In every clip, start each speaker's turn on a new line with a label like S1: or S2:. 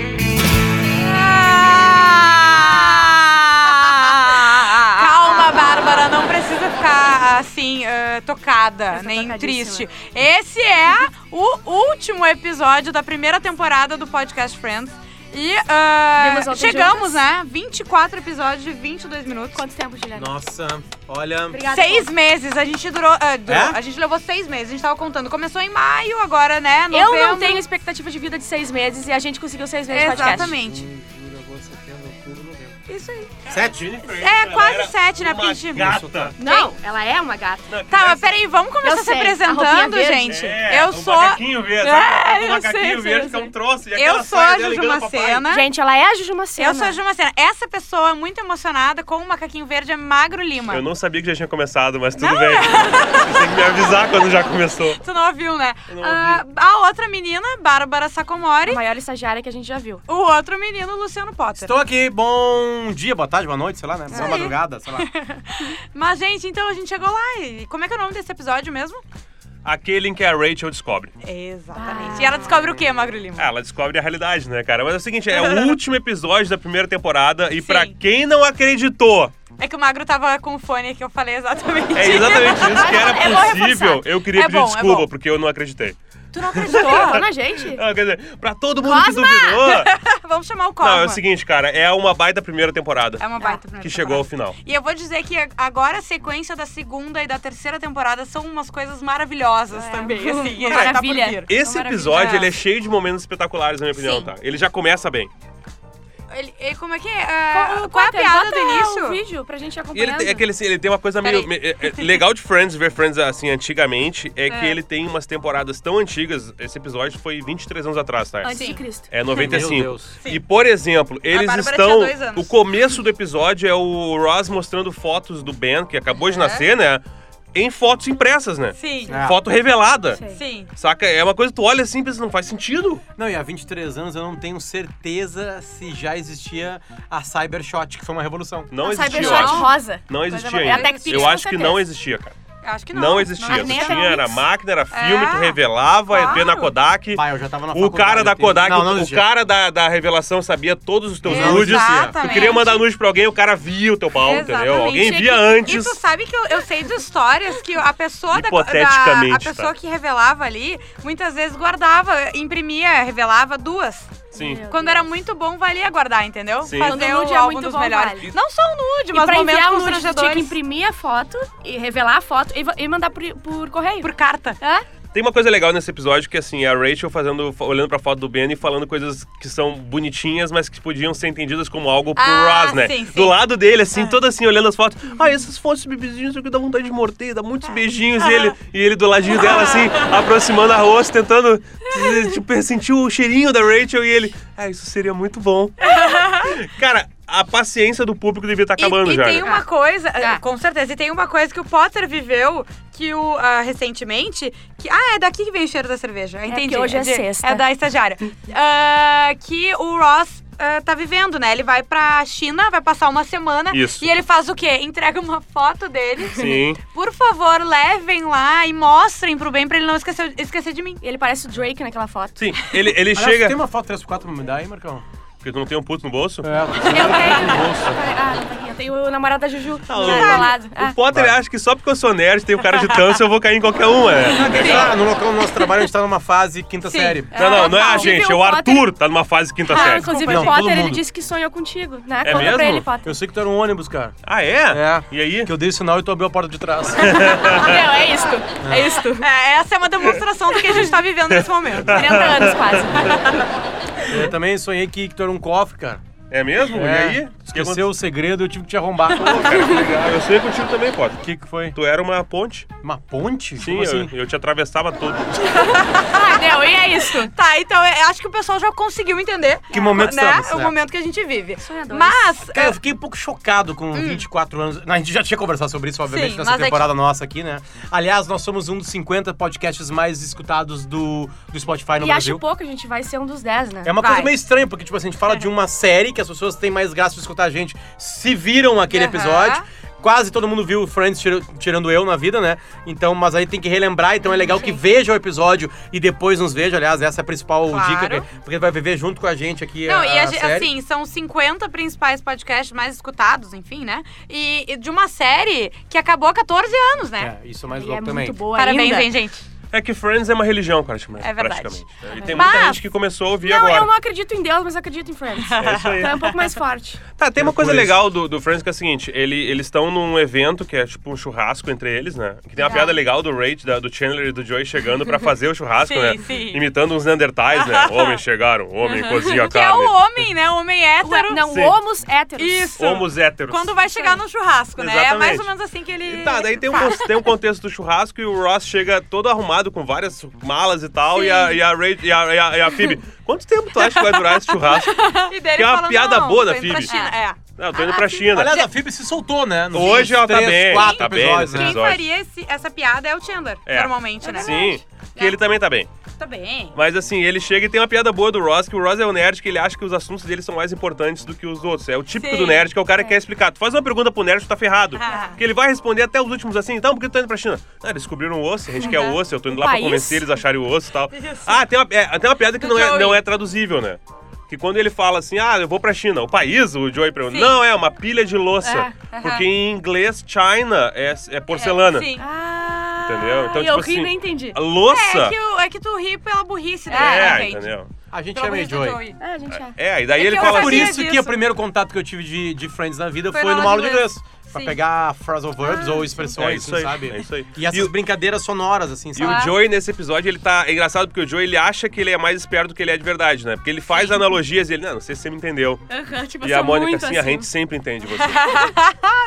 S1: assim, ah, tocada,
S2: tô
S1: nem triste.
S2: tocadíssima.
S1: Esse é o último episódio da primeira temporada do Podcast Friends. E ah,
S2: Vimos ontem
S1: chegamos, né? 24 episódios de 22 minutos.
S2: Quanto tempo, Juliana?
S3: Nossa, olha.
S2: Obrigada.
S1: Seis meses, a gente durou. ah, durou.
S3: É?
S1: A gente levou seis meses, a gente tava contando. Começou em maio, agora, né?
S2: Eu
S1: Novembro.
S2: não tenho expectativa de vida de seis meses e a gente conseguiu seis meses de podcast.
S1: Exatamente.
S4: Julho, agosto, setembro, outubro, novembro.
S1: Isso aí.
S3: Sete?
S1: É, quase sete, né? Porque a gente.
S5: Gata.
S2: Não, ela é uma gata.
S1: Tá, mas peraí, vamos começar
S2: Eu
S1: se
S2: sei, a roupinha
S1: apresentando,
S2: verde.
S1: gente.
S5: É,
S1: eu
S5: o
S1: sou.
S5: Macaquinho verde.
S1: É,
S5: o
S1: eu
S5: macaquinho
S1: sei, eu sei,
S5: verde
S1: eu
S5: que é
S1: sei.
S5: um troço. E
S1: Eu
S5: aquela
S1: sou
S5: saia
S1: a
S5: dela
S1: Juju
S5: ligando pro papai.
S1: Macena.
S2: Gente, ela é a Juju Macena.
S1: Eu sou a Ju Macena. Essa pessoa é muito emocionada com o macaquinho verde é Magro Lima.
S5: Eu não sabia que já tinha começado, mas tudo
S1: é?
S5: bem. Você tem que me avisar quando já começou.
S1: Tu não ouviu, né?
S5: Eu não
S1: Ah, a outra menina, Bárbara
S2: a
S1: Sacomori.
S2: maior estagiária que a gente já viu.
S1: O outro menino, Luciano Potter.
S3: Estou aqui, bom dia, boa tarde, boa noite, sei lá, né? Boa
S1: aí.
S3: madrugada, sei lá.
S1: Mas, gente, então a gente chegou lá. E como é que é o nome desse episódio mesmo?
S5: Aquele em que a Rachel descobre.
S1: Exatamente. E ela descobre o quê, Magro Lima?
S5: Ah, Ela descobre a realidade, né, cara? Mas é o seguinte, é o último episódio da primeira temporada e pra quem não acreditou,
S1: É que o Magro tava com o fone que eu falei exatamente.
S5: é exatamente isso que
S2: Eu vou
S5: era
S2: reforçar.
S5: possível. Eu queria
S1: É
S5: pedir
S1: bom, é
S5: desculpa
S1: bom.
S5: porque eu não acreditei.
S1: Tu não acreditou?
S2: Tô na gente?
S5: Ah, quer dizer, pra todo mundo
S2: Cosma!
S5: que duvidou.
S1: Vamos chamar o Cosma.
S5: Não, é o seguinte, cara, é uma baita primeira temporada
S1: É uma baita primeira
S5: que chegou ao
S1: temporada.
S5: final.
S1: E eu vou dizer que agora a sequência da segunda e da terceira temporada são umas coisas maravilhosas
S2: É.
S1: também, assim.
S2: Cara,
S1: já tá por
S2: maravilha.
S1: vir.
S5: Esse
S2: Maravilha.
S5: episódio, ele é cheio de momentos espetaculares, na minha opinião,
S2: Sim.
S5: tá? Ele já começa bem.
S1: Ele, ele- como é que é? Ah, qual é a
S2: Potter,
S1: piada
S2: bota
S1: do início?
S2: um vídeo pra gente
S5: E ele,
S2: acompanhar.
S5: tem- é que ele, ele tem uma coisa meio. me- é- é legal de Friends, ver Friends assim antigamente, é, que ele tem umas temporadas tão antigas. Esse episódio foi 23 anos atrás, tá?
S2: Antes
S1: Sim.
S2: de Cristo.
S5: É
S3: Meu
S5: 95.
S3: Deus.
S5: E, por exemplo, eles
S1: Bárbara tinha
S5: estão.
S1: dois anos.
S5: O começo do episódio é o Ross mostrando fotos do Ben, que acabou
S1: É.
S5: de nascer, né? Em fotos impressas, né?
S1: Sim,
S3: É.
S5: Foto revelada.
S2: Sim.
S1: sim.
S5: Saca? É uma coisa que tu olha assim e pensa, não faz sentido.
S3: Não, e há 23 anos eu não tenho certeza se já existia a Cybershot, que foi uma revolução.
S5: Não
S2: a
S5: existia. eu
S2: Cybershot
S5: acho.
S2: rosa.
S5: Não
S2: Coisa
S5: existia
S2: maravilhosa.
S5: ainda.
S2: É a TechPix,
S5: Eu
S2: com
S5: acho que
S2: certeza.
S5: não existia, cara.
S1: Acho que não.
S5: Não, existia.
S2: existia.
S5: Tu tinha, era máquina, era filme,
S1: um É.
S5: tu revelava, EP na
S1: Claro.
S5: Kodak.
S3: Pai, eu já tava na
S5: O
S3: faculdade.
S5: cara da
S3: eu tenho-
S5: Kodak,
S3: Não, não
S5: o- o
S3: existia.
S5: cara da, da revelação sabia todos os teus
S3: Não
S5: nudes.
S1: existia.
S5: Tu queria mandar nude pra alguém, o cara via o teu pau, entendeu? Alguém via antes.
S1: É E tu sabe que eu, eu sei de histórias que a pessoa da, da
S5: Hipoteticamente,
S1: a pessoa
S5: tá?
S1: que revelava ali, muitas vezes guardava, imprimia, revelava duas.
S5: Sim.
S2: Meu
S1: Quando
S2: Deus.
S1: era muito bom, valia guardar, entendeu?
S5: Sim.
S1: Fazer
S2: Quando o nude é
S1: álbum
S2: muito
S1: dos
S2: bom,
S1: melhores.
S2: vale.
S1: Não só o nude,
S2: E
S1: mas
S2: pra
S1: momentos
S2: enviar um nude, tu tinha que
S1: constrangedores.
S2: imprimir a foto e revelar a foto e, va- e mandar por, por correio.
S1: Por carta.
S2: Hã?
S5: Tem uma coisa legal nesse episódio que assim, é a Rachel fazendo, olhando pra foto do Ben e falando coisas que são bonitinhas, mas que podiam ser entendidas como algo pro
S1: Ah,
S5: Ross, né?
S1: sim, sim. Ah.
S5: Do lado dele, assim, todo assim, olhando as fotos. Ah, essas fotos de bebezinhos aqui dá vontade de morder, dá
S1: Ah.
S5: muitos beijinhos. E, ele, e ele do ladinho dela, assim, aproximando a rosto, tentando tipo, sentir o cheirinho da Rachel e ele. Ah, isso seria muito bom. Cara, a paciência do público devia estar
S1: E-
S5: acabando
S1: e,
S5: já.
S1: tem
S5: né?
S1: uma coisa, eh,
S2: Tá.
S1: com certeza, e tem uma coisa que o Potter viveu que o ah, recentemente, que ah, é daqui que vem o cheiro da cerveja. Entendi.
S2: porque hoje é
S1: de-
S2: sexta.
S1: É da estagiária. Ah, que o Ross ah, tá vivendo, né? Ele vai pra China, vai passar uma semana
S5: Isso.
S1: e ele faz o quê? Entrega uma foto dele.
S5: Sim.
S1: Por favor, levem lá e mostrem pro bem pra ele não esquecer, esquecer de mim.
S2: E ele parece o Drake naquela foto.
S5: Sim, ele, ele
S3: Aliás,
S5: chega.
S3: tem uma foto 3 por 4 pra me dar aí, Marcão?
S5: Porque tu não tem um puto no bolso?
S3: É,
S2: Eu tenho. Ah, não tá aqui. Eu tenho o namorado da Juju.
S5: o-
S2: do lado. Ah.
S5: O Potter acha que só porque eu sou nerd, tenho cara de tança, eu vou cair em qualquer uma, né?
S3: Ah, no local do nosso trabalho a gente tá numa fase quinta
S1: Sim.
S3: série.
S1: É.
S5: Não, não, não é a
S2: Inclusive,
S5: gente, é
S2: o
S5: o
S2: Potter-
S5: Arthur, tá numa fase quinta
S2: Ah,
S5: série.
S2: inclusive
S3: Não,
S2: o
S3: todo
S2: Potter, ele
S3: mundo.
S2: disse que sonhou contigo, né? Conta
S5: É
S2: pra
S5: mesmo?
S2: ele, Potter.
S3: Eu sei que tu era um ônibus, cara.
S5: Ah, é?
S3: É.
S5: E aí?
S3: Que eu dei o sinal e tu abriu a porta de trás.
S2: Meu, é isto.
S5: Ah.
S2: É isto.
S1: É, essa é uma demonstração do que a gente tá vivendo nesse momento.
S2: 40 anos quase.
S3: eu também sonhei que, que tu era um cofre, cara.
S5: É mesmo? E
S3: É,
S5: aí?
S3: Esqueceu o segredo, eu tive que te arrombar.
S5: Pô, cara, que legal. Eu sei contigo também, Potter.
S3: O que que foi?
S5: Tu era uma ponte?
S3: Uma ponte?
S5: Sim,
S3: Como assim?
S5: eu, eu te atravessava todo.
S2: Ah, Deu, e é isto.
S1: Tá, então eu acho que o pessoal já conseguiu entender.
S3: Que momento
S1: né?
S3: estamos,
S1: O
S3: né?
S1: momento que a gente vive.
S2: Sonhadores.
S1: Mas.
S3: Cara, eu
S1: eh,
S3: fiquei um pouco chocado com 24 anos. A gente já tinha conversado sobre isso, obviamente,
S1: Hum. Sim,
S3: nessa
S1: mas é
S3: temporada nossa aqui, né? Aliás, nós somos um dos 50 podcasts mais escutados do, do Spotify no
S2: E
S3: Brasil.
S2: acho pouco, a gente vai ser um dos 10, né?
S3: É uma
S1: Vai. É.
S3: coisa meio estranha, porque, tipo assim, a gente fala de uma série que as pessoas têm mais gasto de escutar a gente, se viram aquele
S1: Aham.
S3: episódio. Quase todo mundo viu Friends tir- tirando eu na vida, né? Então, mas aí tem que relembrar, então é legal
S1: Uhum.
S3: que veja o episódio e depois nos veja. Aliás, essa é a principal
S1: Claro.
S3: dica, que- porque vai viver junto com a gente aqui.
S1: Não,
S3: a,
S1: e
S3: a
S1: a ge-
S3: série.
S1: assim, são 50 principais podcasts mais escutados, enfim, né? E, e de uma série que acabou há 14 anos, né?
S3: É, isso é mais
S2: E é
S3: louco também.
S2: muito boa
S1: Parabéns,
S2: ainda.
S1: hein, gente?
S5: É que Friends é uma religião, praticamente.
S1: É verdade.
S5: praticamente. E tem
S1: Mas-
S5: muita gente que começou a ouvir
S2: Não,
S5: agora.
S2: eu não acredito em Deus, mas acredito em Friends.
S5: É isso aí.
S2: Então é um pouco mais forte.
S5: Tá, tem uma coisa
S3: Depois-
S5: legal do, do Friends que é a seguinte: ele, eles estão num evento que é tipo um churrasco entre eles, né? Que tem uma
S2: Legal.
S5: piada legal do Rage, da- do Chandler e do Joey chegando pra fazer o churrasco,
S1: Sim,
S5: né?
S1: sim.
S5: Imitando uns Neandertais, né? Homens chegaram, homem cozinha a
S1: Que é
S5: carne.
S1: o homem, né? O homem hétero.
S2: Ué, não,
S5: Sim.
S2: homos héteros.
S1: Isso.
S5: Homos héteros.
S1: Quando vai chegar no churrasco, né? É mais
S5: Exatamente.
S1: ou menos assim que ele.
S5: Tá, daí tem um, con- tem um contexto do churrasco e o Ross chega todo arrumado com várias malas e tal. E a, e, a Rach- e, a, e, a, e a Phoebe, quanto tempo tu acha que vai durar esse churrasco?
S1: E dele
S5: Que é uma
S1: falando,
S5: piada
S1: não,
S5: boa da
S1: tô indo pra
S5: Phoebe.
S1: China. É.
S5: Não, eu tô indo pra China.
S3: Aliás, a Phoebe se soltou, né? Nos
S5: Hoje ela tá
S3: três,
S5: bem,
S3: quatro
S5: tá bem,
S3: episódios,
S5: né?
S1: Quem
S3: né?
S5: Episódio.
S1: faria esse- essa piada é o Chandler,
S5: É.
S1: normalmente, né?
S5: Sim. Que ele também tá bem.
S1: Tá bem.
S5: Mas assim, ele chega e tem uma piada boa do Ross, que o Ross é o nerd, que ele acha que os assuntos dele são mais importantes do que os outros. É o típico
S1: Sim.
S5: do nerd, que é o cara que quer explicar. Tu faz uma pergunta pro nerd, tu tá ferrado.
S1: Ah.
S5: Porque ele vai responder até os últimos assim, então, por que tu tá indo pra China? Ah, eles descobriram o osso, a gente quer o osso, eu tô indo
S2: O
S5: lá
S2: país?
S5: pra convencer eles a acharem o osso e tal.
S1: Isso.
S5: Ah, tem uma, é, tem uma piada que
S1: Do
S5: não é,
S1: Joey.
S5: não é traduzível, né? Que quando ele fala assim, ah, eu vou pra China, o país, o Joey pergunta,
S1: Sim.
S5: não, é uma pilha de louça.
S1: É, aham.
S5: Porque em inglês, China é, é porcelana.
S1: Sim.
S2: Ah,
S5: Entendeu? Então,
S2: e
S5: tipo
S2: eu ri e
S5: assim,
S2: nem entendi.
S5: A louça
S1: É, que, o- é que tu ri pela burrice dele,
S5: é,
S1: né, gente?
S5: entendeu?
S3: A gente
S1: Pela
S3: chama
S1: burrice
S3: de
S1: do
S3: Joy.
S1: Joey.
S2: Ah, gente, é.
S5: É, e daí
S1: É
S5: ele
S1: que eu sabia
S5: fala assim.
S3: Por isso que
S1: disso.
S3: o primeiro contato que eu tive de, de Friends na vida
S1: Foi
S3: foi,
S1: na
S3: numa aula de inglês. Pra
S1: Sim. Ah,
S3: pegar phrasal verbs ou expressões, assim,
S5: É isso aí,
S3: sabe?
S5: é isso aí.
S3: E essas
S5: E o-
S3: brincadeiras sonoras, assim,
S5: E
S3: sabe?
S5: o Joey, nesse episódio, ele tá. É engraçado porque o Joey ele acha que ele é mais esperto do que ele é de verdade, né? Porque ele faz analogias e ele, não, não sei se você me entendeu.
S2: Aham, tipo,
S5: E
S2: eu
S5: a
S2: sou
S5: Mônica,
S2: muito
S5: assim,
S2: assim,
S5: a gente sempre entende você.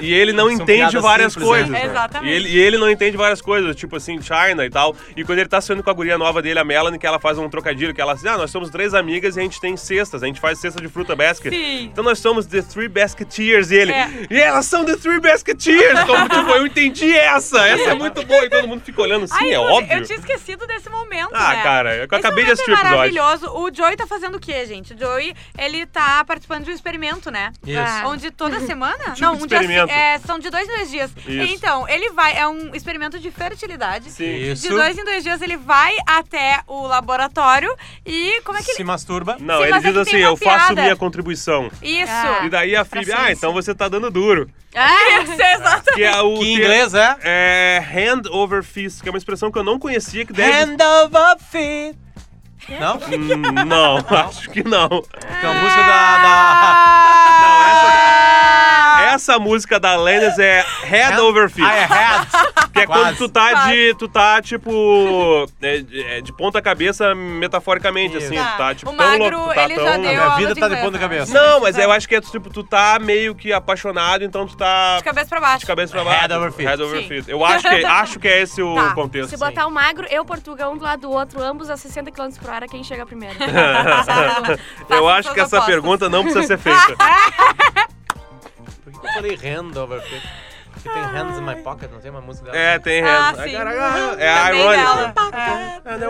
S5: e ele não
S3: São
S5: entende
S3: piadas
S5: várias
S3: simples,
S5: coisas.
S3: né?
S5: né?
S1: Exatamente.
S5: E ele, e ele não entende várias coisas, tipo assim, China e tal. E quando ele tá saindo com a guria nova dele, a Melanie, que ela faz um trocadilho, que ela diz, ah, nós somos três amigas e a gente tem cestas, a gente faz cesta de fruta basket.
S1: Sim.
S5: Então nós somos The Three Basketeers. E ele,
S1: É.
S5: e elas são The Three Basketeers! Como, tipo, eu entendi essa! Essa é muito boa! E todo mundo fica olhando assim,
S1: Ai,
S5: é
S1: eu,
S5: óbvio.
S1: Eu tinha esquecido desse momento,
S5: Ah,
S1: né?
S5: cara, eu acabei de
S1: Esse
S5: assistir o
S1: momento é
S5: episódio.
S1: maravilhoso. O Joey tá fazendo o quê, gente? O Joey, ele tá participando de um experimento, né?
S3: Isso.
S1: Ah. Onde toda semana... não, um dia...
S5: Tipo experimento.
S1: É, são de dois em dois dias.
S5: Isso.
S1: Então, ele vai... É um experimento de fertilidade.
S5: Sim.
S1: De
S3: Isso.
S1: dois em dois dias, ele vai até o laboratório e... Como é que ele...
S3: Se masturba.
S5: Não,
S1: Sim,
S5: ele
S1: mas é
S5: diz
S1: que
S5: assim,
S1: tem uma
S5: eu faço
S1: piada.
S5: minha contribuição.
S1: Isso.
S2: Ah.
S5: E daí a
S2: pra
S5: Phoebe, ah,
S2: ciência.
S5: então você tá dando duro.
S1: Ah, isso, exato.
S5: Que é o
S3: Que em
S5: ter-
S3: inglês é...
S5: É hand over fist, que é uma expressão que eu não conhecia, que deve...
S3: Hand over feet. Não?
S5: Hum, não, acho que não.
S3: Então, a música da... da...
S5: Não,
S3: Ah!
S5: essa, essa música da Lennis é head over fist.
S3: Ah, é head.
S5: Que é quando
S3: Quase.
S5: tu tá de. Tu tá, tipo. é, de- é, de ponta cabeça, metaforicamente,
S3: Isso.
S5: assim.
S1: Tá.
S5: Tu tá, tipo,
S1: O
S5: tão
S1: magro,
S5: louco. Tu tá
S1: ele
S5: tão.
S1: já deu
S3: Minha
S1: aula
S3: vida
S1: de
S3: tá de
S1: inglês, né?
S3: ponta cabeça.
S5: Não, mas eu acho que é tipo, tu tá meio que apaixonado, então tu tá.
S1: De cabeça pra baixo.
S5: De cabeça pra baixo.
S3: Head over fist.
S5: Head over
S1: Sim.
S5: fist. Eu acho que, acho que é esse o
S1: Tá.
S5: contexto.
S2: Se
S5: sim.
S2: botar o magro, eu, Portugal, um do lado do outro, ambos a 60 km por hora, quem chega primeiro?
S5: eu
S1: Façam
S5: acho que
S1: suas
S5: essa
S1: apostas.
S5: pergunta não precisa ser feita.
S3: Por que que eu falei hand over feet? Porque tem hands in my pocket, não tem uma música dela?
S5: É, tem
S1: Ah,
S5: razão.
S1: sim.
S5: É
S1: Também
S5: irônico.
S1: dela. É.
S3: É,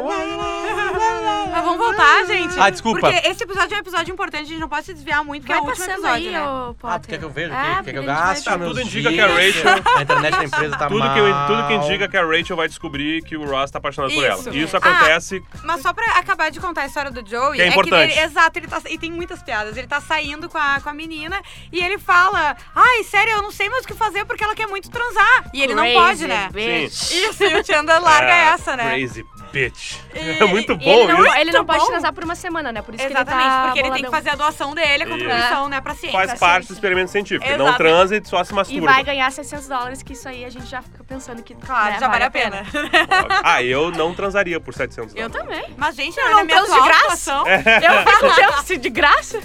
S1: Mas vamos voltar, gente.
S3: Ah, desculpa.
S1: Porque esse episódio é um episódio importante, a gente não pode se desviar muito, porque
S2: Vai
S1: é o último
S2: passando
S1: episódio,
S2: aí,
S1: né?
S2: ô Potter.
S3: Ah, tu quer que eu veja?
S2: Ah,
S3: quer que eu
S2: porque a gente vai
S3: gaste?
S2: junto.
S3: meus
S5: Tudo indica que
S3: dias?
S5: a Rachel-
S3: A internet da empresa tá
S5: Tudo
S3: mal.
S5: que, tudo que indica que a Rachel vai descobrir que o Ross tá apaixonado por
S1: Isso.
S5: ela. Isso
S1: Ah,
S5: acontece.
S1: Mas só pra acabar de contar a história do Joey,
S5: Que é importante.
S1: ele, exato, ele tá, e tem muitas piadas. Ele tá saindo com a, com a menina e ele fala: Ai, sério, eu não sei mais o que fazer porque ela quer muito transar. E ele não pode, né? Isso, e assim, o Chandler larga
S5: Ah,
S1: essa, né?
S5: Crazy bitch.
S1: E-
S5: é muito
S1: e
S5: bom
S2: E ele não,
S5: isso.
S2: ele não
S1: Muito
S2: pode
S1: bom.
S2: transar por uma semana, né? Por isso que
S1: Exatamente,
S2: ele tá
S1: porque ele tem que
S2: boladão.
S1: fazer a doação dele, a
S5: Isso.
S1: contribuição, né, pra ciência.
S5: É. Faz parte do experimento científico. Não
S1: Exato.
S5: transa e só se
S2: E
S5: masturba.
S2: vai ganhar 600 dólares, que isso aí a gente já fica pensando que
S1: Claro,
S2: né,
S1: já vale a pena.
S5: Ah, eu não transaria por 700
S2: Eu
S5: dólares.
S2: também.
S1: Mas, gente,
S2: Eu
S1: olha,
S2: não
S1: Tá na minha
S2: danço de
S1: atual
S2: graça. É.
S1: situação,
S2: Eu fico tempo de graça.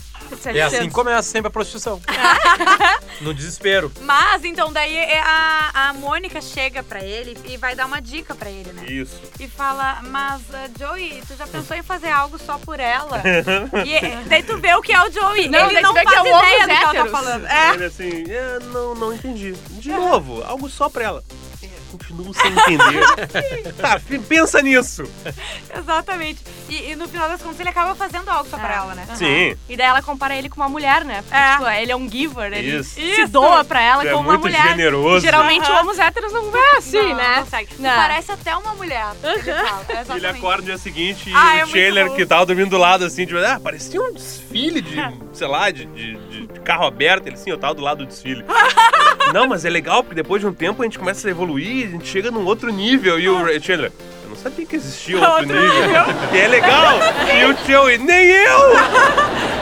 S3: É assim começa sempre a prostituição. no desespero.
S1: Mas então daí é, a, a Mônica chega pra ele e vai dar uma dica pra ele, né?
S5: Isso.
S1: E fala, mas ah, Joey, tu já pensou em fazer algo só por ela? e daí tu vê o que é o Joey.
S2: Não, daí
S1: ele
S2: tu
S1: não
S2: vê que
S1: faz
S2: é o outro
S1: ideia do que ela tá
S2: héteros.
S1: falando. É.
S5: Ele assim, é, não, não entendi. De novo, algo só pra ela. continuo sem entender. tá, p- pensa nisso.
S1: É, Exatamente. E, e no final das contas ele acaba fazendo algo só pra
S2: É.
S1: ela, né?
S5: Sim.
S2: E daí ela compara ele com uma mulher, né? Porque,
S1: É.
S2: tipo, ele é um giver, ele
S5: Isso.
S2: se doa pra ela
S5: É
S2: como uma
S5: muito
S2: mulher.
S5: generoso. né?
S2: Geralmente
S1: Aham.
S2: homens héteros não é assim,
S1: não,
S2: né?
S1: Não consegue. Tu
S2: Não.
S1: Parece até uma mulher. Ele fala. É
S5: Ele
S1: exatamente.
S5: acorda no dia seguinte e
S1: Ah, é
S5: o
S1: muito
S5: Chandler
S1: bom.
S5: que tava dormindo do lado, assim, tipo, ah, parecia um desfile de, sei lá, de, de- de carro aberto. Ele, sim, eu tava do lado do desfile. não, mas é legal, porque depois de um tempo a gente começa a evoluir, a gente chega num outro nível. E o Ray- Chandler, eu não sabia que existia outro,
S1: Outro
S5: nível. E é legal. e o Joey, nem eu!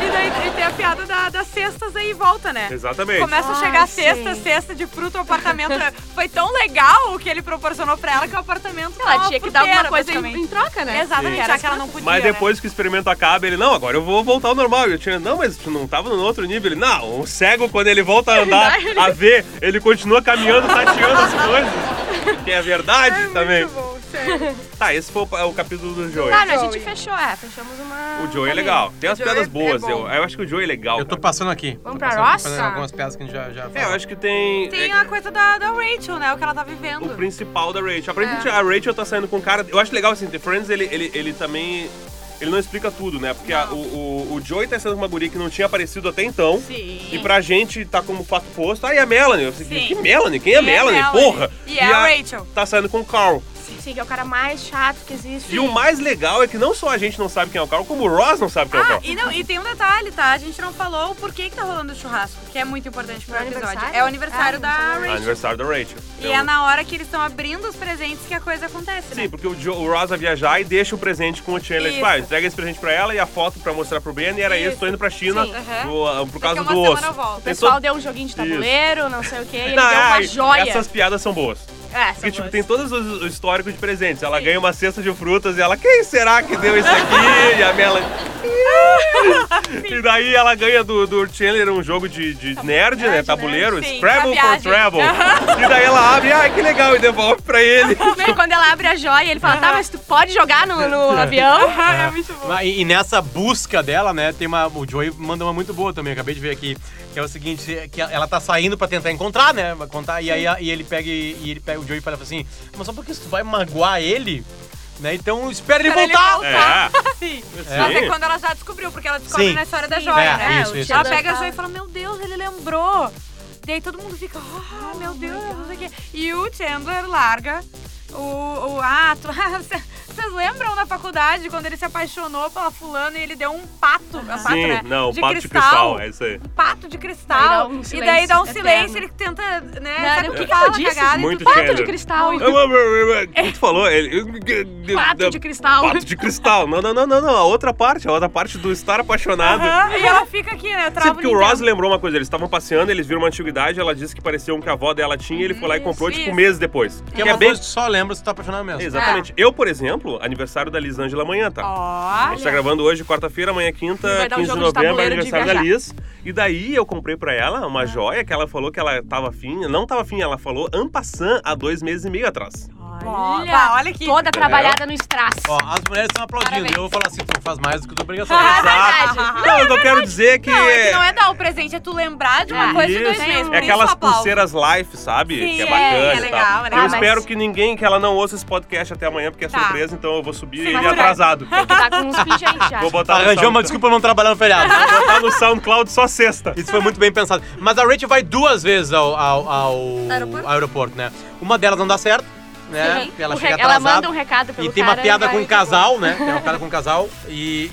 S1: E daí ele tem a piada da- das cestas aí e volta, né?
S5: Exatamente.
S1: Começa a
S2: Ai,
S1: chegar cesta,
S2: Ah, sim.
S1: cesta de fruta, o apartamento é- foi tão legal o que ele proporcionou pra ela que o apartamento tá
S2: Ela
S1: uma
S2: tinha que dar
S1: fruteira,
S2: alguma coisa em,
S1: basicamente.
S2: em troca, né?
S1: Exatamente,
S5: Sim.
S1: já que ela não podia.
S5: Mas
S1: né?
S5: depois que o experimento acaba, ele, não, agora eu vou voltar ao normal. E o Chandler, não, mas tu não tava no outro nível. Ele, não, o cego, quando ele volta a andar, a ver, ele continua caminhando, tateando as coisas. Que é verdade também.
S1: bom, sério.
S5: Tá, esse foi o, o capítulo do Joey.
S2: Claro, a
S1: Joey.
S2: gente fechou, é, fechamos uma.
S5: O Joey é
S2: uma
S5: legal. Tem umas
S1: Joey
S5: piadas
S1: é
S5: boas.
S1: bom.
S5: eu, eu acho que o Joey é legal.
S3: Eu tô
S5: cara.
S3: passando aqui.
S2: Vamos
S3: Tô
S2: pra
S3: passando,
S2: roça?
S3: tô fazendo algumas peças que a gente já, já
S5: É, eu acho que tem.
S1: Tem
S5: é-
S1: a coisa da, da Rachel, né? O que ela tá vivendo.
S5: o principal da Rachel.
S1: É.
S5: Aparentemente a Rachel tá saindo com um cara. Eu acho legal assim, The Friends ele, ele, ele também. Ele não explica tudo, né? Porque a- o, o, o Joey tá saindo com uma guria que não tinha aparecido até então.
S1: Sim.
S5: E pra gente tá como fato posto. Aí a Melanie. Eu falei,
S1: Sim.
S5: que Melanie? Quem é,
S1: E a
S5: Melanie?
S1: Melanie.
S5: Porra!
S1: E é a Rachel.
S5: Tá saindo com o Carl.
S2: Sim, que é o cara mais chato que existe.
S5: E o mais legal é que não só a gente não sabe quem é o Carl, como o Ross não sabe quem é o
S1: Ah,
S5: Carl.
S1: e, não, e tem um detalhe, tá? A gente não falou o porquê que tá rolando o churrasco, que é muito importante pro
S2: É o
S1: episódio.
S2: aniversário?
S1: É o aniversário
S2: Ah,
S1: da
S2: não
S1: Rachel.
S5: Aniversário da Rachel.
S1: E é na hora que eles estão abrindo os presentes que a coisa acontece, né?
S5: Sim, porque o, Jo- o Ross vai viajar e deixa o presente com o Chandler.
S1: Isso.
S5: Tipo, ah, entrega esse presente pra ela e a foto pra mostrar pro Ben. E era isso,
S1: Isso.
S5: tô indo pra China
S1: Sim, aham.
S5: do- ah, por causa
S1: uma
S5: do
S1: semana
S5: osso.
S1: eu volto.
S2: O
S5: Tem
S2: pessoal
S5: todo-
S2: deu um joguinho de
S5: Isso.
S2: tabuleiro, não sei o quê, e ele
S5: Não,
S2: deu
S5: é,
S2: uma joia.
S5: Essas piadas são boas.
S2: É, são
S5: Porque, tipo,
S2: boas.
S5: tem todos os os históricos de presentes. Ela ganha uma cesta de frutas e ela, quem será que deu isso aqui? e a Mela. e daí ela ganha do, do Chandler um jogo de, de
S1: Tá
S5: nerd, né? Tabuleiro,
S1: Sim,
S5: Scrabble
S1: pra
S5: for
S1: viagem.
S5: Travel. e daí ela abre, ai que legal, e devolve pra ele.
S2: E quando ela abre a joia, ele fala, tá, mas tu pode jogar no, no avião?
S3: Ah,
S1: é muito bom.
S3: Mas E, e nessa busca dela, né, tem uma. O Joey manda uma muito boa também, acabei de ver aqui. Que é o seguinte, que ela tá saindo pra tentar encontrar, né? Vai contar, e aí a- e ele pega e e ele pega o Joey e fala assim, mas só porque isso tu vai magoar ele, né? Então espera ele
S1: Espera ele
S3: voltar.
S1: voltar. Sim.
S5: É.
S1: Mas é
S5: Sim.
S1: quando ela já descobriu, porque ela descobre
S3: Sim.
S1: na história da
S2: Sim.
S1: joia,
S3: É,
S1: né?
S3: isso,
S1: O
S3: isso,
S1: Ela
S2: isso.
S1: pega a joia e fala, meu Deus, ele lembrou. E aí todo mundo fica, ah, meu Deus, não sei o quê. E o Chandler larga o, o ato. Vocês lembram na faculdade, quando ele se apaixonou pela fulana e ele deu um pato, um pato, né?
S5: não,
S1: de
S5: pato de cristal, é isso aí.
S1: Um pato de cristal.
S2: Aí dá um
S1: e daí dá um
S2: silêncio
S1: silêncio,
S2: eterno.
S1: ele tenta, né,
S2: Não,
S1: sabe
S2: o
S1: o
S2: que que
S1: fala,
S2: eu disse?
S1: cagada e
S5: Muito
S1: tudo.
S2: Pato de
S5: Chandler.
S2: cristal.
S5: O que é, tu falou? Ele...
S2: É. Pato de cristal.
S5: Pato de cristal. Não, não, não, não, não. A outra parte, a outra parte do estar apaixonado.
S1: Aham, E ela fica aqui, né?
S5: Sim,
S1: Trava
S5: porque o
S1: Nintendo.
S5: Ross lembrou uma coisa, eles estavam passeando, eles viram uma antiguidade, ela disse que parecia um que a avó dela tinha, e ele foi lá e comprou,
S1: Isso,
S5: tipo,
S1: isso.
S5: meses depois.
S3: Que é uma coisa que tu só lembra se tu tá apaixonado mesmo.
S5: Exatamente. Eu, por exemplo, aniversário da Lisângela amanhã, tá? A
S1: Ó.
S5: gente tá gravando hoje, quarta-feira, amanhã, é
S2: Vai
S5: quinta,
S2: dar um
S5: 15 de
S2: jogo de
S5: novembro, é
S2: tabuleiro de
S5: aniversário da
S2: viajar.
S5: Liz. E daí eu comprei pra ela uma joia que ela falou que ela tava afim, não tava afim, ela falou ampassan há dois meses e meio atrás.
S1: Olha, bah, olha aqui.
S2: Toda trabalhada no strass.
S3: Ó, as mulheres estão aplaudindo,
S2: Parabéns.
S3: eu vou falar assim, tu faz mais do que tua obrigação.
S1: É
S2: verdade.
S5: Não, eu não quero dizer que.
S1: Não, é que não é dar o presente, é tu lembrar de uma
S2: É.
S1: coisa de dois
S5: Isso.
S1: meses.
S5: É
S1: por isso
S5: aquelas
S1: o aplauso.
S5: pulseiras live, sabe?
S1: Sim,
S5: que é
S1: é,
S5: bacana.
S1: é
S5: e
S1: legal,
S5: tal.
S1: é
S5: Eu
S1: legal.
S5: espero
S2: Mas-
S5: que ninguém, que ela não ouça esse podcast até amanhã, porque é
S1: Tá.
S5: surpresa, então eu vou subir
S1: Sim,
S5: ele
S1: vai.
S5: atrasado.
S2: Porque tá com uns pingentes já.
S5: Vou botar no,
S3: Arranjou uma
S5: Sound...
S3: desculpa pra não trabalhar no feriado.
S5: vou botar no SoundCloud só sexta.
S3: Isso foi muito bem pensado. Mas a Rachel vai duas vezes ao, ao, ao
S1: Aeroporto?
S3: aeroporto, né? Uma delas não dá certo, né?
S2: Sim.
S3: Porque Ela
S2: O
S3: chega
S2: re- ela
S3: atrasada.
S2: manda um recado pelo
S3: E tem uma
S2: cara,
S3: piada
S2: vai,
S3: com um
S2: tá
S3: casal, né? Tem uma piada com um casal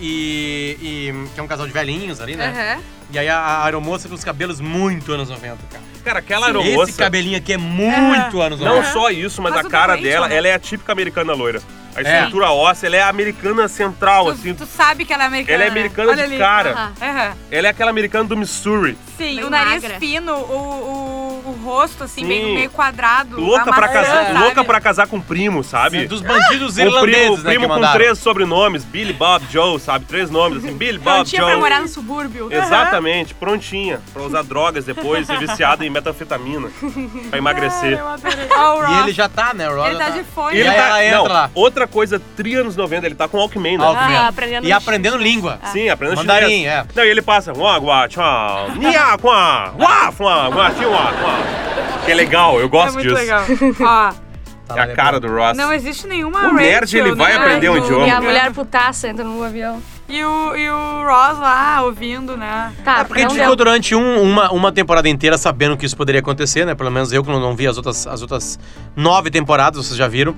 S3: e, e, e- que é um casal de velhinhos ali, né?
S1: Aham.
S3: E aí a, a aeromoça com os cabelos muito anos 90, cara.
S5: Cara, aquela
S3: Esse
S5: aeromoça.
S3: cabelinho aqui é muito anos 90.
S5: Não só isso, mas,
S1: Mas
S5: a
S1: o
S5: cara
S1: doente,
S5: dela,
S1: né?
S5: ela é a típica americana loira. A
S3: É.
S5: estrutura óssea, ela é a americana central, assim.
S1: Tu, tu sabe que ela é americana.
S5: Ela é
S1: né?
S5: americana
S1: Olha
S5: de
S1: ali.
S5: cara.
S1: Aham. Aham.
S5: Ela é aquela americana do Missouri.
S1: Sim,
S2: Bem
S1: o nariz
S2: magra.
S1: fino, o, o, o rosto, assim, meio,
S5: Sim.
S1: meio quadrado.
S5: Louca
S1: a
S5: pra,
S1: maçã,
S5: casar,
S1: sabe?
S5: louca pra casar com primo, sabe?
S3: Dos bandidos
S5: o primo,
S3: irlandeses,
S5: o
S3: né, que
S5: primo com
S3: mandaram.
S5: três sobrenomes, Billy Bob Joe, sabe? Três nomes, assim, Billy Bob
S1: Prontinha Então pra
S5: Joe.
S1: morar no subúrbio.
S5: Exatamente, prontinha pra usar drogas depois e viciada em metanfetamina pra emagrecer.
S1: Ó, o
S3: E ele
S1: Ross.
S3: já tá, né? O Ross
S1: Ele
S3: já
S1: tá de fone.
S3: E
S5: Ele
S3: aí
S5: tá,
S3: ela entra
S5: não,
S3: lá.
S5: outra coisa, tri anos 90, ele tá com Alckmin, né?
S3: Alckmin.
S2: Ah, aprendendo Ah.
S3: E aprendendo língua.
S5: Sim, aprendendo
S3: Mandarim,
S5: chinês.
S3: é.
S5: Não, e ele passa, "Gua, gua, tchau, nia, gua, gua, fua, gua, ti, gua, gua." Que é legal, eu
S1: É
S5: gosto
S1: muito
S5: disso.
S1: legal. Ó.
S3: Tá
S5: É
S3: lá
S5: a cara do Ross.
S1: Não existe nenhuma
S5: O nerd,
S1: Rachel,
S5: ele vai
S1: né?
S5: aprender um
S1: Do-
S5: idioma.
S2: E a
S5: Vamos.
S2: mulher putaça entra no avião.
S1: E o, e o Ross lá ouvindo, né?
S2: Tá,
S3: É porque a
S2: não
S3: gente
S2: deu.
S3: ficou durante um- uma, uma temporada inteira sabendo que isso poderia acontecer, né? Pelo menos eu que não, não vi as outras, as outras nove temporadas, vocês já viram.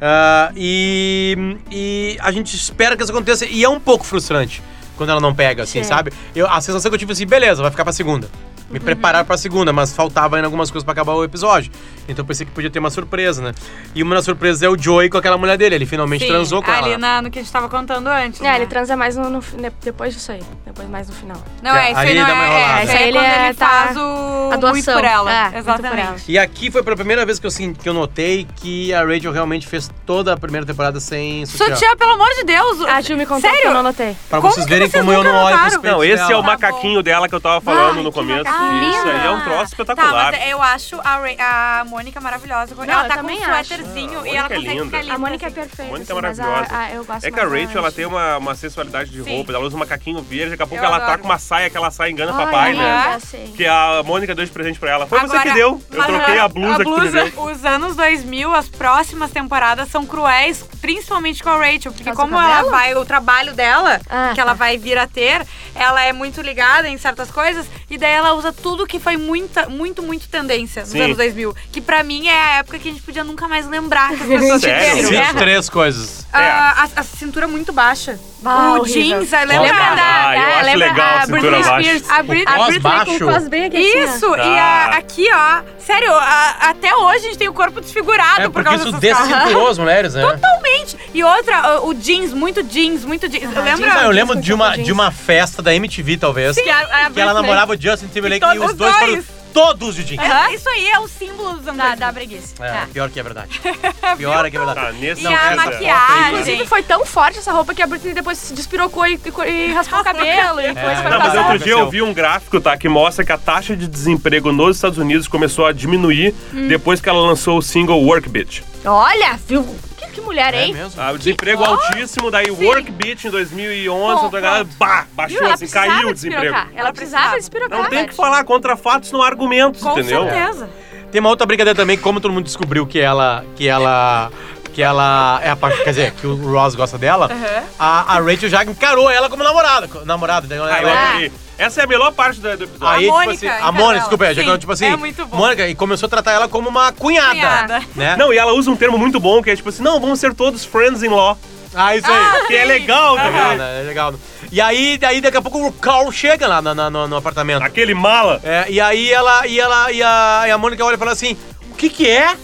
S3: Ah, e, e a gente espera que isso aconteça. E é um pouco frustrante quando ela não pega, assim, sabe? Eu, a sensação que eu tive assim, beleza, vai ficar pra segunda.
S2: Uhum.
S3: Me preparar pra segunda, mas faltava ainda algumas coisas pra acabar o episódio. Então eu pensei que podia ter uma surpresa, né? E uma das surpresas é o Joey com aquela mulher dele. Ele finalmente
S1: Sim,
S3: transou com
S1: ali
S3: ela.
S1: na- no que a gente tava contando antes.
S2: É,
S1: né?
S2: ele transa mais no, no- ne- depois disso aí. Depois mais no final.
S1: Não, é, isso aí
S3: Ali
S1: não
S3: dá uma
S1: é, é,
S3: enrolada.
S1: isso aí é
S2: Ele
S1: quando ele
S2: é, tá,
S1: faz o
S2: a doação.
S1: muito por ela.
S2: É, muito por
S1: Exatamente.
S2: ela.
S3: E aqui foi pela primeira vez que eu, senti- que eu notei que a Rachel realmente fez toda a primeira temporada sem sutiã.
S1: Sutiã, pelo amor de Deus!
S2: A Ju me contou que
S1: Sério?
S2: eu não notei.
S3: Pra
S1: Como
S3: vocês
S1: que
S3: verem
S1: vocês
S3: como eu
S1: nunca
S3: não olho pros
S1: notaram?
S3: peitos
S5: Não, esse é
S3: dela.
S5: o macaquinho dela que eu tava falando
S1: Ai,
S5: no
S1: que
S5: começo.
S1: macaquinho.
S5: Isso aí é um troço
S1: Tá,
S5: espetacular.
S1: mas eu acho a, Ra- a Mônica maravilhosa. ela
S2: eu
S1: tá com um
S2: também
S1: suéterzinho
S5: acho.
S1: e
S5: Ah,
S1: ela
S5: a Mônica é
S1: consegue
S5: linda.
S1: ficar linda.
S2: A Mônica é
S1: assim.
S2: perfeita.
S5: Mônica é
S2: assim, mas a-
S5: maravilhosa.
S2: a- eu gosto
S5: É que a
S2: mais da
S5: Rachel, ela
S2: Rachel.
S5: tem uma, uma sensualidade de
S1: Sim.
S5: roupas, ela usa um macaquinho verde, daqui a pouco
S1: Eu
S5: ela tá
S1: adoro.
S5: com uma saia que ela sai engana
S2: Ai,
S5: papai, né?
S1: né?
S2: linda, sim.
S5: Que a Mônica deu de presente pra ela. Foi você
S1: Agora,
S5: que deu, eu
S1: mas
S5: troquei a blusa, que tu me deu.
S1: Os anos 2000, as próximas temporadas são cruéis, principalmente com a Rachel, porque
S2: Por causa
S1: como
S2: do
S1: ela
S2: cabelo?
S1: vai, o trabalho dela,
S2: Ah,
S1: que ela
S2: tá.
S1: vai vir a ter, ela é muito ligada em certas coisas, e daí ela usa tudo que foi muita, muito, muito tendência nos
S5: Sim.
S1: anos 2000, que pra mim é a época que a gente podia nunca mais lembrar que as pessoas
S5: Sério? É.
S1: tiveram. né?
S5: Sim.
S3: Sinto três coisas.
S1: Ah, a, a cintura muito baixa.
S2: Ah,
S1: o
S2: horrível.
S1: jeans, aí
S5: Ah,
S1: lembra da. é,
S5: eu acho
S2: lembra
S5: legal
S2: a
S5: a cintura
S2: Britney
S5: baixa.
S2: Spears? A Brit-
S3: O
S2: a
S3: cos
S2: Britney
S3: baixo?
S2: com o cos bem aqui, assim, ó.
S1: Isso, e
S5: Tá.
S1: a- aqui, ó. Sério, a- até hoje a gente tem o corpo desfigurado
S3: É
S1: por
S3: porque
S1: causa
S3: isso
S1: dessas coisas.
S3: descinturou as mulheres, né?
S1: Totalmente. E outra, o, o jeans, muito jeans, muito jeans. Eu lembro.
S3: Não, eu lembro
S2: Jeans
S3: de
S2: com
S3: uma,
S2: jeans.
S3: de uma festa da MTV, talvez,
S1: Sim, a- a
S3: que ela
S1: Britney.
S3: namorava o Justin Timberlake
S1: E
S3: e, os
S1: todos
S3: dois
S1: dois.
S3: foram todos de jeans.
S1: É, Isso aí é o símbolo dos anos
S2: Da,
S1: 2000.
S2: da preguiça. Tá.
S3: É, pior que é verdade. Pior é que é
S5: Tá,
S3: verdade.
S5: nesse
S1: E a
S5: nessa-
S1: maquiagem.
S2: Inclusive, foi tão forte essa roupa que a Britney depois se despirocou e, e, e raspou o cabelo
S1: É.
S2: e coisa
S3: não,
S2: foi
S5: Não, mas
S3: Tá.
S5: outro
S2: passar.
S5: dia eu vi um gráfico, tá? Que mostra que a taxa de desemprego nos Estados Unidos começou a diminuir
S1: Hum.
S5: depois que ela lançou o single Work Bitch.
S2: Olha, viu? Que, que mulher,
S3: É
S2: hein?
S3: mesmo?
S5: Ah, o desemprego altíssimo, daí Work Bitch em 2011,
S2: Bom,
S5: então a galera, bah,
S2: Viu?
S5: baixou
S2: Ela
S5: assim,
S2: precisava
S5: caiu o desemprego.
S2: despirocar. Ela precisava despirocar.
S5: Não tem o que
S2: Beth.
S5: falar, contra fatos não há argumentos,
S1: Com
S5: entendeu?
S1: certeza.
S3: Tem uma outra brincadeira também, como todo mundo descobriu que ela. que ela. que ela. É a parte, quer dizer, que o Ross gosta dela, a, a Rachel já encarou ela como namorada. co- Namorada, então ela-
S5: Ah, eu adorei. Essa é a melhor parte do, do episódio.
S3: Aí,
S1: Mônica,
S3: tipo assim, a
S1: encarou
S3: Mônica,
S1: ela.
S3: desculpa, já que ela,
S1: Sim,
S3: tipo assim,
S1: é muito bom.
S3: Mônica, e começou a tratar ela como uma cunhada,
S1: Cunhada.
S3: né?
S5: Não, e ela usa um termo muito bom, que é tipo assim, não, vamos ser todos friends in law.
S3: Ah, isso aí.
S5: Que é legal, tá
S3: Legal,
S5: ligado?
S3: né? É legal. E aí, daí daqui a pouco o Carl chega lá na- na- no, no apartamento.
S5: Aquele mala.
S3: É, e aí ela, e ela, e a, e a Mônica olha e fala assim, o que que é?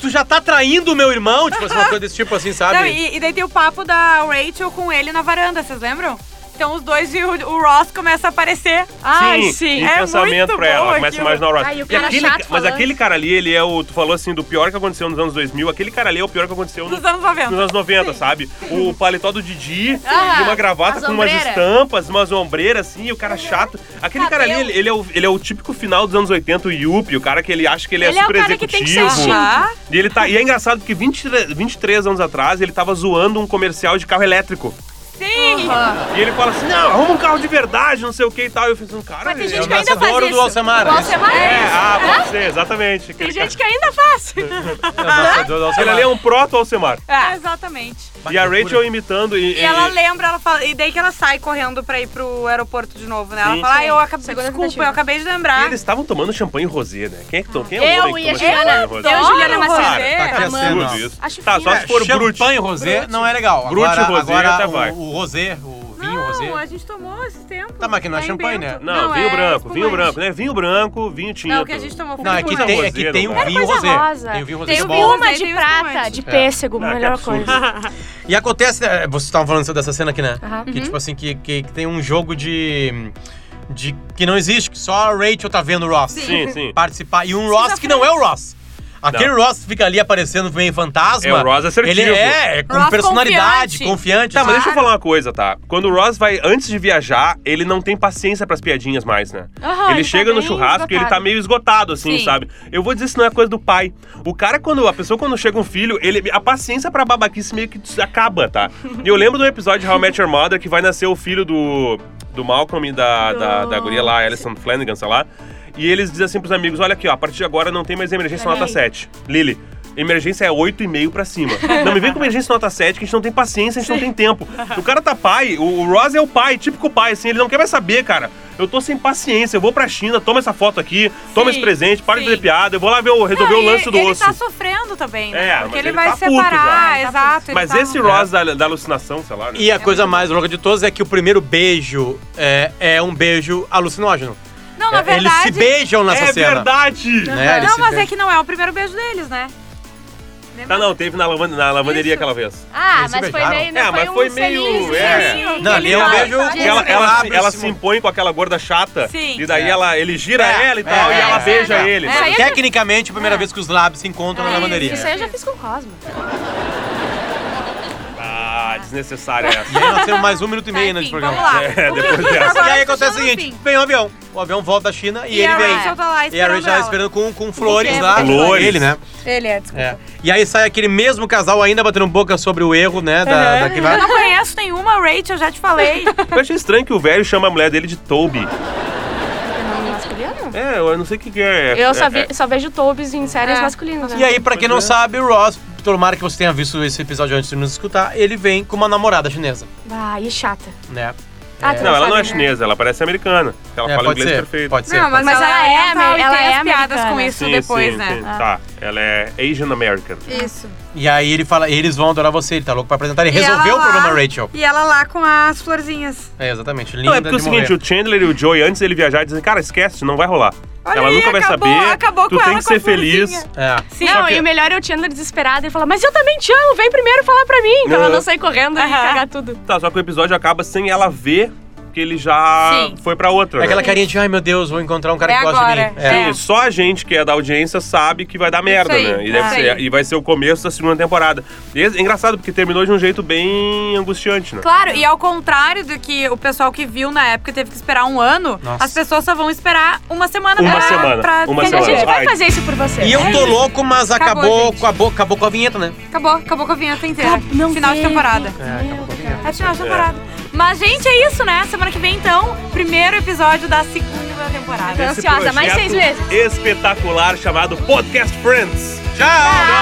S3: Tu já tá traindo o meu irmão? Tipo assim, uma coisa desse tipo assim, sabe?
S1: Não, e, e daí tem o papo da Rachel com ele na varanda, vocês lembram? Então os dois e o, o Ross começa a aparecer. Ai,
S5: em
S1: é
S5: pensamento
S1: muito
S5: pra ela.
S1: bom
S5: Começa a
S1: aquilo.
S5: imaginar o Ross.
S2: Ai, o
S5: E
S2: cara
S5: aquele,
S2: chato
S5: mas
S2: falando.
S5: aquele cara ali, ele é o. Tu falou assim, do pior que aconteceu nos anos 2000, aquele cara ali é o pior que aconteceu no-
S1: Dos anos 90.
S5: nos anos 90, sabe? O paletó do Didi
S2: Ah,
S5: e uma gravata
S2: as
S5: com umas
S2: ombreiras.
S5: estampas, umas ombreiras assim, e o cara chato. Aquele cara ali,
S1: Cabelo.
S5: ele, ele é o, ele é o típico final dos anos 80, o Yuppie, o cara que ele acha que ele é
S2: Ele é o
S5: super
S2: cara que tem que ser
S5: executivo.
S2: chique.
S1: Aham.
S5: E ele tá. E é engraçado porque 23, 23 anos atrás ele tava zoando um comercial de carro elétrico.
S1: Sim.
S5: E ele fala assim: não, arruma um carro de verdade, não sei o que e tal. E eu fiz um cara.
S2: Mas tem
S5: ele
S3: é o
S2: gente que ainda faz
S3: nascedouro
S2: isso.
S3: do Alcemar.
S2: O Alcemar
S5: é,
S2: é isso.
S5: ah,
S2: Hã?
S5: pode ser, exatamente.
S2: Tem
S5: Aquele,
S2: gente que ainda faz.
S3: É o nascedor do
S5: cara-
S3: Alcemar.
S5: aquele ali é um proto-Alcemar.
S1: É, exatamente.
S5: E a Rachel imitando. E,
S1: E ela lembra, ela fala, e daí que ela sai correndo pra ir pro aeroporto de novo, né? Ela
S5: Sim.
S1: fala, ah, eu acabei,
S2: Segunda
S1: desculpa,
S2: tentativa.
S1: eu acabei de
S5: e
S1: lembrar.
S5: eles estavam tomando champanhe rosé, né? Quem é que to- quem é o
S2: Eu
S5: homem que
S2: e
S5: toma
S2: a
S5: champanhe
S2: Juliana.
S5: rosé?
S2: Eu, Juliana
S1: Adoro
S2: Macena.
S1: rosé.
S3: tá aqui a
S2: Amando.
S3: cena,
S5: Tudo
S3: ó.
S5: isso.
S2: Acho
S5: Tá, só
S2: fino.
S5: se for brute.
S3: É, Champanhe rosé não é legal.
S5: Brute,
S3: Agora,
S5: rosé,
S3: agora
S5: até
S3: o,
S5: vai.
S3: o rosé, o vinho
S1: Não, a
S3: rosé.
S1: gente tomou esse tempo.
S3: Tá, mas que não é
S1: Tá em
S3: champanhe,
S1: Bento.
S3: né?
S5: Não,
S1: Não,
S5: vinho
S1: é
S5: branco, vinho
S1: espumante.
S5: branco, né? Vinho branco, vinho tinto.
S1: que a gente tomou foi
S3: Não, é que
S1: espumante.
S3: tem, é que tem o
S5: Era
S3: vinho
S2: coisa
S3: rosé.
S2: rosa.
S3: Tem o vinho rosé
S1: Tem
S2: Tem um
S1: o
S3: bom.
S1: vinho
S2: uma
S1: rosé,
S2: de
S1: tem o
S2: prata,
S1: espumante.
S2: de pêssego,
S5: Ah, que
S2: melhor
S5: absurdo.
S2: coisa.
S3: E acontece, né, vocês estavam falando dessa cena aqui, né?
S2: Aham.
S3: Que tipo assim, que, que, que tem um jogo de. de que não existe, que só a Rachel tá vendo o Ross
S5: Sim, sim.
S3: participar. E um Ross que não é o Ross. Aquele Ross que fica ali aparecendo meio fantasma.
S5: É o Ross assertivo.
S3: Ele é, é com
S1: Ross
S3: personalidade,
S1: confiante.
S3: confiante.
S5: Tá, mas
S3: sabe?
S5: deixa eu falar uma coisa, tá? Quando o Ross vai, antes de viajar, ele não tem paciência pras piadinhas mais, né?
S2: Aham,
S5: ele
S2: ele
S5: chega
S2: tá
S5: no
S2: bem
S5: churrasco e ele tá
S2: esgotado.
S5: meio esgotado, assim,
S1: Sim.
S5: sabe? Eu vou dizer se não é coisa do pai. O cara, quando. A pessoa, quando chega um filho, ele, a paciência pra babaquice meio que acaba, tá? E eu lembro do episódio de How I Met Your Mother que vai nascer o filho do. do Malcolm e da, da, da guria lá, Alison Flanagan, sei lá. E eles dizem assim pros amigos: olha aqui, ó, a partir de agora não tem mais emergência
S2: Olha
S5: nota
S2: aí.
S5: 7. Lily. Emergência é 8,5 pra cima. Não me vem com emergência nota 7, que a gente não tem paciência, a gente não tem tempo. O cara tá pai, o, o Ross é o pai, típico pai, assim, ele não quer mais saber, cara. Eu tô sem paciência, eu vou pra China, toma essa foto aqui,
S1: Sim,
S5: toma esse presente, para de
S1: sim.
S5: fazer piada, eu vou lá ver o, resolver
S1: Não,
S5: o
S1: e
S5: lance do
S1: ele
S5: osso.
S1: tá sofrendo também, né?
S5: É,
S1: Porque
S5: mas
S1: ele
S5: ele
S1: vai
S5: tá puto
S1: separar,
S5: já.
S1: exato. ele
S5: Mas
S1: tá-
S5: esse Ross da, da alucinação, sei lá, né?
S3: E a coisa mais louca de todas é que o primeiro beijo é, é um beijo alucinógeno.
S1: Não, na
S3: É, eles
S1: verdade...
S3: se beijam nessa
S5: é
S3: cena.
S5: verdade!
S3: Né? Eles
S1: Não,
S3: se
S1: mas
S3: beijam.
S1: é que não é o primeiro beijo deles, né? assim,
S5: Tá, não, teve na, lavan- na lavanderia
S1: Isso.
S5: aquela vez.
S2: Ah,
S3: Eles se
S2: mas foi
S3: beijaram.
S2: meio. Não,
S5: É,
S2: foi
S5: mas
S2: um
S5: foi meio-
S2: selinho,
S5: é.
S2: selinho que
S3: Não,
S2: ele
S3: ali é um
S2: fala,
S3: beijo
S2: sabe?
S3: que
S5: Ela,
S3: Eles
S5: ela,
S3: abrem
S5: ela
S3: esse
S5: se
S3: momento.
S5: impõe com aquela gorda chata.
S1: Sim.
S5: E daí
S3: É.
S5: ela, ele gira
S3: É,
S5: ela e tal,
S3: é,
S5: e ela
S3: é,
S5: beija
S3: é.
S5: ele.
S2: É. Aí eu já-
S3: Tecnicamente, a primeira
S1: É.
S3: vez que os lábios se encontram na lavanderia.
S2: Isso aí eu já fiz com o Cosmo.
S1: É.
S5: Ah, desnecessária essa.
S3: E aí nós temos mais um minuto e meio né, de
S1: enfim,
S3: programa.
S1: vamos lá.
S5: É, depois
S3: E
S5: dessa.
S3: aí
S1: Agora
S3: acontece o
S1: fechando
S3: seguinte,
S1: no fim.
S3: vem o avião. O avião volta da China e,
S1: assim. E
S3: ele
S1: a
S3: vem.
S1: Rachel tá lá
S3: e a Rachel tá
S1: esperando é
S3: esperando com, com flores lá.
S5: Flores.
S3: Ele, né?
S1: Ele é, desculpa.
S5: tá,
S3: É. E aí sai aquele mesmo casal ainda batendo boca sobre o erro, né? Da,
S5: Uhum.
S3: daquele
S1: Eu
S3: lá.
S1: É. não conheço nenhuma Rachel, já te falei.
S5: Eu achei estranho que o velho chama a mulher dele de Toby.
S2: Fenômeno masculino?
S5: É, eu não sei o que, que é.
S2: Eu
S5: É,
S2: só,
S5: é.
S2: vi, só vejo Tobes em séries
S1: É.
S2: masculinas. né?
S3: E aí, pra quem não sabe, o Ross, tomara que você tenha visto esse episódio antes de nos escutar, ele vem com uma namorada chinesa,
S2: Ah, e é chata.
S3: né?
S2: Ah,
S3: É.
S1: tá.
S5: Não, ela não
S2: Sabe,
S5: é
S2: né?
S5: chinesa, ela parece americana. Ela
S3: É,
S5: fala
S3: pode
S5: inglês
S3: ser,
S5: perfeito.
S3: pode ser.
S1: Não, mas,
S3: pode
S2: Mas
S1: ela, é,
S2: ela é
S1: ambiental e
S2: ela
S1: tem
S2: é
S1: as piadas
S2: americana.
S1: com isso depois, né?
S5: sim. Tá, ela é Asian American.
S1: Isso.
S3: ser. E aí ele fala, eles vão adorar você, ele tá louco pra apresentar. Ele
S1: E ela
S3: resolveu o
S1: lá-
S3: problema Rachel.
S1: E ela lá com as florzinhas.
S3: É, exatamente. Linda
S5: Não, é porque é o
S3: de
S5: seguinte,
S3: morrer.
S5: o Chandler e o Joey, antes dele viajar, dizem, cara, esquece, não vai rolar.
S1: Olha
S5: ela
S1: aí,
S5: nunca vai
S1: acabou-
S5: saber,
S1: acabou
S5: tu
S1: com
S5: tem
S1: ela
S5: que
S1: com a
S5: ser feliz.
S1: florzinha.
S3: É.
S2: Sim,
S5: Só
S2: não,
S5: que-
S2: e o melhor é o Chandler desesperado e falar, mas eu também te amo, vem primeiro falar pra mim. Pra ela
S5: Não.
S2: não sair correndo e cagar tudo.
S5: Tá, só que o episódio acaba sem ela ver que ele já
S1: Sim.
S5: foi pra outra.
S3: É
S5: né?
S3: aquela carinha de, ai meu Deus, vou encontrar um cara
S1: É
S3: que gosta de
S1: agora.
S3: mim.
S1: É.
S5: E só a gente que é da audiência sabe que vai dar merda,
S1: aí,
S5: né? E,
S1: é.
S5: deve ser-
S1: Isso aí.
S5: e vai ser o começo da segunda temporada. E é engraçado, porque terminou de um jeito bem angustiante, né?
S1: Claro, e ao contrário do que o pessoal que viu na época e teve que esperar um ano,
S3: Nossa.
S1: as pessoas só vão esperar uma semana
S5: Uma
S1: pra,
S5: semana,
S1: pra
S5: uma
S1: ter-
S2: Mas a
S5: semana.
S2: gente vai
S5: Ai.
S2: fazer isso por você.
S3: E eu tô louco, mas
S1: É. Acabou,
S3: acabou,
S1: gente.
S3: com a boca, acabou com a vinheta, né?
S1: Acabou, acabou com a vinheta inteira.
S2: Acab- não
S1: final de
S2: teve.
S1: temporada.
S3: É, acabou com a vinheta.
S1: É final de temporada. Mas, gente, é isso, né? Semana que vem, então, primeiro episódio da segunda temporada.
S2: ansiosa, mais seis meses.
S5: Espetacular chamado Podcast Friends.
S3: Tchau!